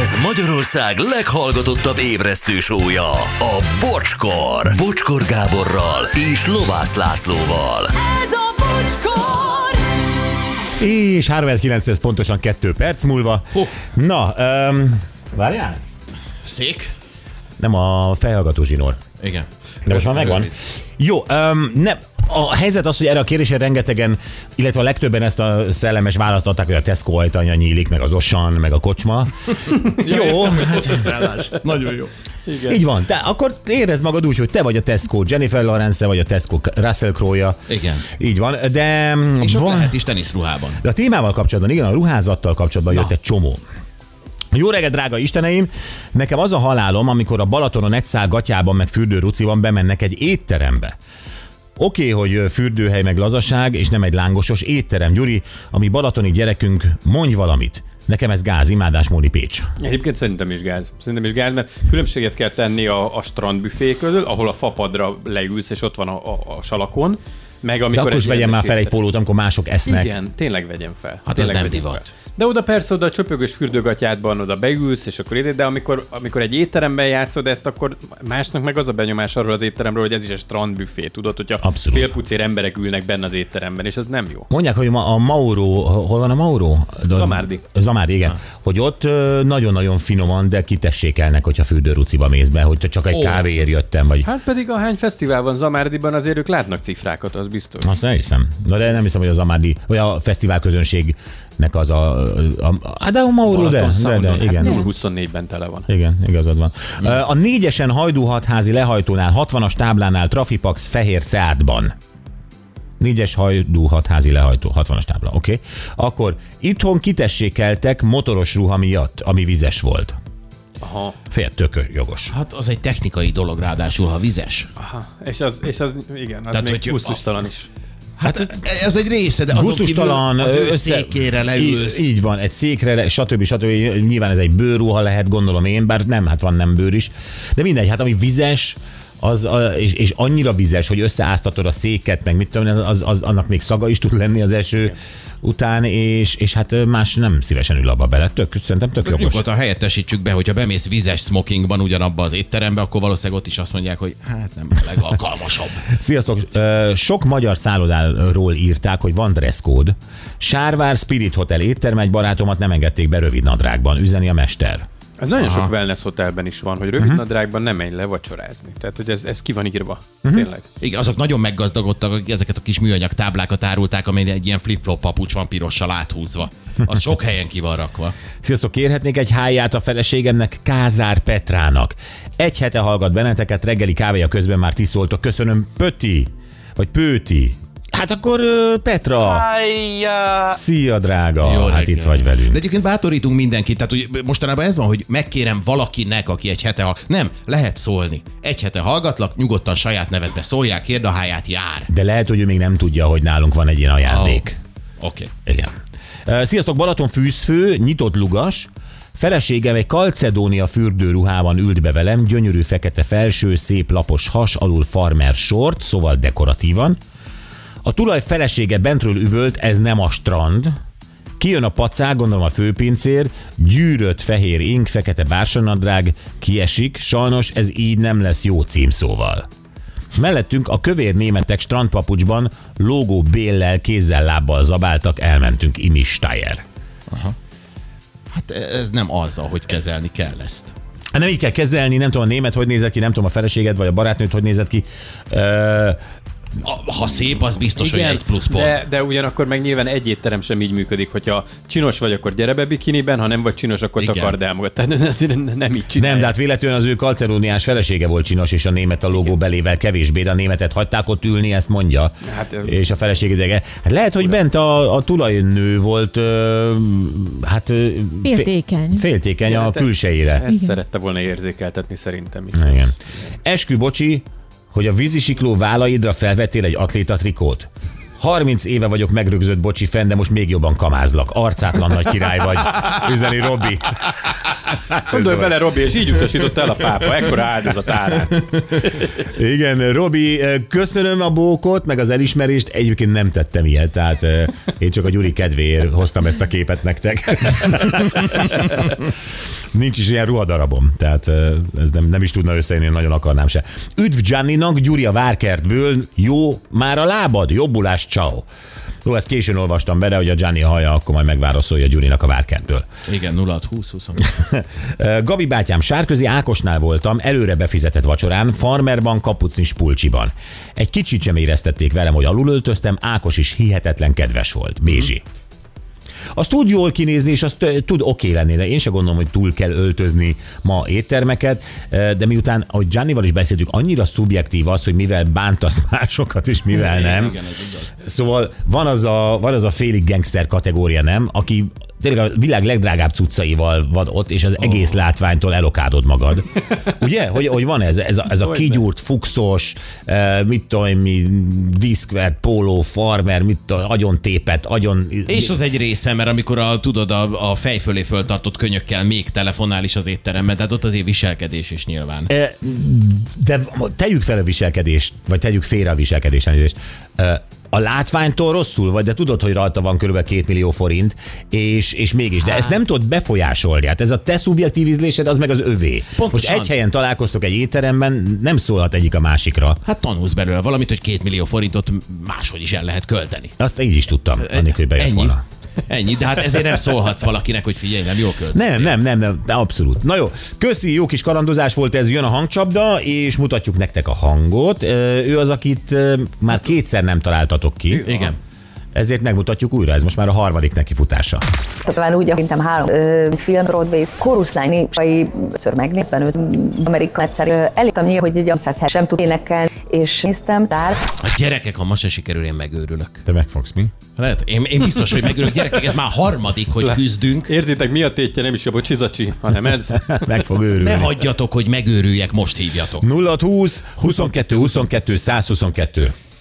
Ez Magyarország leghallgatottabb ébresztő sója, a Bocskor. Bocskor Gáborral és Lovász Lászlóval. Ez a bocskor! És 3900 pontosan 2 perc múlva. Hú. Na, um, várjál? Szék? Nem a felhallgató zsinór. Igen. De most már megvan. Jó, um, nem. A helyzet az, hogy erre a kérdésre rengetegen, illetve a legtöbben ezt a szellemes választ adták, hogy a Tesco ajtaja nyílik, meg az Osan, meg a kocsma. Jó, hát Nagyon jó. Igen. Így van. Te, akkor érezd magad úgy, hogy te vagy a Tesco Jennifer Lawrence, vagy a Tesco Russell Crowe-ja. Igen. Így van, de És ott van... lehet is teniszruhában. De a témával kapcsolatban, igen, a ruházattal kapcsolatban jött egy csomó. Jó reggelt, drága isteneim! Nekem az a halálom, amikor a Balatonon egy szál gatyában meg fürdőruciban bemennek egy étterembe. Oké, okay, hogy fürdőhely meg lazaság, és nem egy lángosos étterem, Gyuri, ami balatoni gyerekünk, mondj valamit. Nekem ez gáz, imádás Móni Pécs. Egyébként szerintem is gáz. Szerintem is gáz, mert különbséget kell tenni a, a strandbüfé közül, ahol a fapadra leülsz, és ott van a, a, a salakon, meg De amikor... akkor is vegyen már fel egy rendes pólót, amikor mások esznek. étterem- Igen, tényleg vegyen fel. Hát tényleg ez nem vegyen divat. Fel. De oda persze, oda a csöpögös fürdőgatyádban, oda beülsz, és akkor érted, de amikor, amikor egy étteremben játszod ezt, akkor másnak meg az a benyomás arról az étteremről, hogy ez is egy strandbüfé, tudod, hogyha Abszolút. félpucér emberek ülnek benne az étteremben, és ez nem jó. Mondják, hogy ma a Mauro, hol van a Mauro? De- Zamárdi. Zamárdi, Ah. igen. Ha. Hogy ott ö, nagyon-nagyon finoman, de kitessékelnek, hogyha fürdőruciba mész be, hogy csak egy oh. kávéért jöttem, vagy... Hát pedig a hány fesztivál van Zamárdiban, azért ők látnak cifrákat, az biztos. Azt nem hiszem. Na de nem hiszem, hogy a Zamárdi, vagy a fesztivál közönségnek az a... a, a hát de a Mauro, de, de, de, igen. Hát 0-24-ben tele van. Igen, igazad van. Ö, A négyesen hajdúhatházi lehajtónál, 60-as táblánál, Trafipax fehér Seatban. Négyes hajdúhatházi lehajtó, 60-as tábla, oké. Okay. Akkor itthon kitessékeltek motoros ruha miatt, ami vizes volt. Aha. Fél tökös, jogos. Hát az egy technikai dolog, ráadásul, ha vizes. Aha. És, az, és az, igen, az Tehát, Tehát, még hogy- kusztustalan is. Hát ez egy része, de azon kívül Gusztustalan, az ő össze- székére leülsz. Így, így van, egy székre, le- stb. stb. Nyilván ez egy bőrruha lehet, gondolom én, bár nem, hát van nem bőr is. De mindegy, hát ami vizes, az, a- és, és annyira vizes, hogy összeáztatod a széket, meg mit tudom, én, az, az, annak még szaga is tud lenni az eső után, és, és hát más nem szívesen ül abba bele. Tök, szerintem tök jogos. Nyugodtan helyettesítsük be, hogyha bemész vizes smokingban ugyanabba az étterembe, akkor valószínűleg ott is azt mondják, hogy hát nem a legalkalmasabb. Sziasztok! Ö, Sok magyar szállodáról írták, hogy van dresszkód. Sárvár Spirit Hotel étterem egy barátomat nem engedték be rövid nadrágban, üzeni a mester. Ez nagyon sok wellness hotelben is van, hogy rövid Mhm. nadrágban nem menj le vacsorázni. Tehát, hogy ez, ez ki van írva. Mhm. Tényleg. Igen, azok nagyon meggazdagodtak, akik ezeket a kis műanyag táblákat árulták, amin egy ilyen flip-flop papucs van pirossal áthúzva. Az sok helyen ki van rakva. Sziasztok, kérhetnék egy háját a feleségemnek, Kázár Petrának. Egy hete hallgat benneteket, reggeli kávéja közben már tiszoltok. Köszönöm, Pöti, vagy Pőti. Hát akkor ö, Petra. Szia, drága. Jó hát reggel. itt vagy velünk. De egyébként bátorítunk mindenkit, tehát hogy mostanában ez van, hogy megkérem valakinek, aki egy hete hall... Nem, lehet szólni. Egy hete hallgatlak, nyugodtan saját nevedbe szólják, kérd a háját, jár. De lehet, hogy ő még nem tudja, hogy nálunk van egy ilyen ajándék. Ó, Oké. Igen. Ö, Sziasztok, Balaton fűzfő, nyitott lugas. Feleségem egy kalcedónia fürdőruhában ült be velem, gyönyörű fekete felső, szép lapos has, alul farmer sort, szóval dekoratívan. A tulaj felesége bentről üvölt, ez nem a strand. Kijön a pacák, gondolom a főpincér, gyűrött fehér ink, fekete bársanadrág, kiesik, sajnos ez így nem lesz jó szóval. címszóval. Mellettünk a kövér németek strandpapucsban lógó béllel, kézzel, lábbal zabáltak, elmentünk Imi Steyer. Hát ez nem az, ahogy kezelni kell ezt. Hát Nem így kell kezelni, nem tudom a német hogy nézett ki, nem tudom a feleséged vagy a barátnőt hogy nézett ki. Ö, A, ha szép, az biztos, hogy egy plusz pont. de, de ugyanakkor meg nyilván egy étterem sem így működik, hogyha csinos vagy, akkor gyere be bikiniben, ha nem vagy csinos, akkor Igen. takard el magad. Tehát azért ne- nem így csinálják. nem, de hát véletlenül az ő kalceróniás felesége volt csinos, és a német a logó belével kevésbé, de a németet hagyták ott ülni, ezt mondja. Hát, ö- és a feleség idege. Hát lehet, hogy bent a, a tulajnő volt, ö, hát ö, fé- Féltékeny. féltékeny a Hát ezt- külsejére. Ezt szerette volna érzékeltetni szerintem is. Hát Igen. Eskü, bocsi, hogy a vízisikló vállaidra felvettél egy atléta trikót. 30 éve vagyok megrögzött, bocsi, fenn, de most még jobban kamázlak. Arcátlan nagy király vagy. Üzeni Robi. Gondolj bele, Robi, és így utasított el a pápa, ekkora áldozat árán. Igen, Robi, eh, köszönöm a bókot, meg az elismerést. Egyébként nem tettem ilyet, tehát eh, én csak a Gyuri kedvéért hoztam ezt a képet nektek. Nincs is ilyen ruhadarabom, tehát eh, ez nem, nem is tudna összejönni, én nagyon akarnám se. Üdv Gianninak, Gyuri a Várkertből, jó, már a lábad, jobbulás, ciao. Jó, ezt későn olvastam bele, hogy a Gianni haja, akkor majd megválaszolja Gyurinak a Várkertből. Igen, 0 20 20 Ö, Gabi bátyám Sárközi Ákosnál voltam, előre befizetett vacsorán, farmerban, kapucnis pulcsiban. Egy kicsit sem éreztették velem, hogy alulöltöztem, Ákos is hihetetlen kedves volt. Bézsi. Az tud jól kinézni, és az t- tud oké lenni, de én se gondolom, hogy túl kell öltözni ma éttermeket, Ö, de miután, ahogy Giannival is beszéltük, annyira szubjektív az, hogy mivel bántasz másokat, és mivel nem. Igen, ez igaz. Szóval van az a, van az a félig gangster kategória, nem? Aki tényleg a világ legdrágább cuccaival van ott, és az Oh. egész látványtól elokádod magad. Ugye? Hogy, hogy van ez? Ez a, ez a kigyúrt, fuxos, eh, mit tudom én, mi, diszkvert, póló, farmer, mit tudom, agyon tépet, agyon... És az egy része, mert amikor a, tudod, a, a fej fölé föltartott könyökkel még telefonál is az étteremben, tehát ott azért viselkedés is nyilván. Eh, De tegyük fel a viselkedést, vagy tegyük félre a viselkedést, elnézést. Eh, A látványtól rosszul vagy, de tudod, hogy rajta van kb. 2 millió forint, és, és mégis. Hát. De ezt nem tudod befolyásolni. Hát ez a te szubjektív ízlésed, az meg az övé. Most Pontosan. egy helyen találkoztok egy étteremben, nem szólhat egyik a másikra. Hát tanulsz belőle valamit, hogy két millió forintot máshogy is el lehet költeni. Azt így is tudtam, anélkül hogy bejött Ennyi. volna. Ennyi, de hát ezért nem szólhatsz valakinek, hogy figyelj, nem jól költ. Nem, nem, nem, nem, de abszolút. Na jó, köszi, jó kis kalandozás volt ez, jön a hangcsapda, és mutatjuk nektek a hangot. Ö, Ő az, akit ö, már kétszer nem találtatok ki. Igen. Ezért megmutatjuk újra, ez most már a harmadik nekifutása. Talán úgy, akintem három ö, film, Broadway, koruszlányi, vagy ször megnéztem őt, Amerika egyszer ö, elértem nyilván, hogy egy 170 sem tud énekelni, és néztem, tár, A gyerekek, ha ma se sikerül, én megőrülök. Te megfogsz mi? Lehet? Én, én biztos, hogy megőrülök. Gyerekek, ez már harmadik, hogy küzdünk. Érzitek, mi a tétje, nem is a bocsizacsi, hanem ez. Meg fog Ne őrülni. hagyjatok, hogy megőrüljek, most hívjatok. 0 20 22 22 122.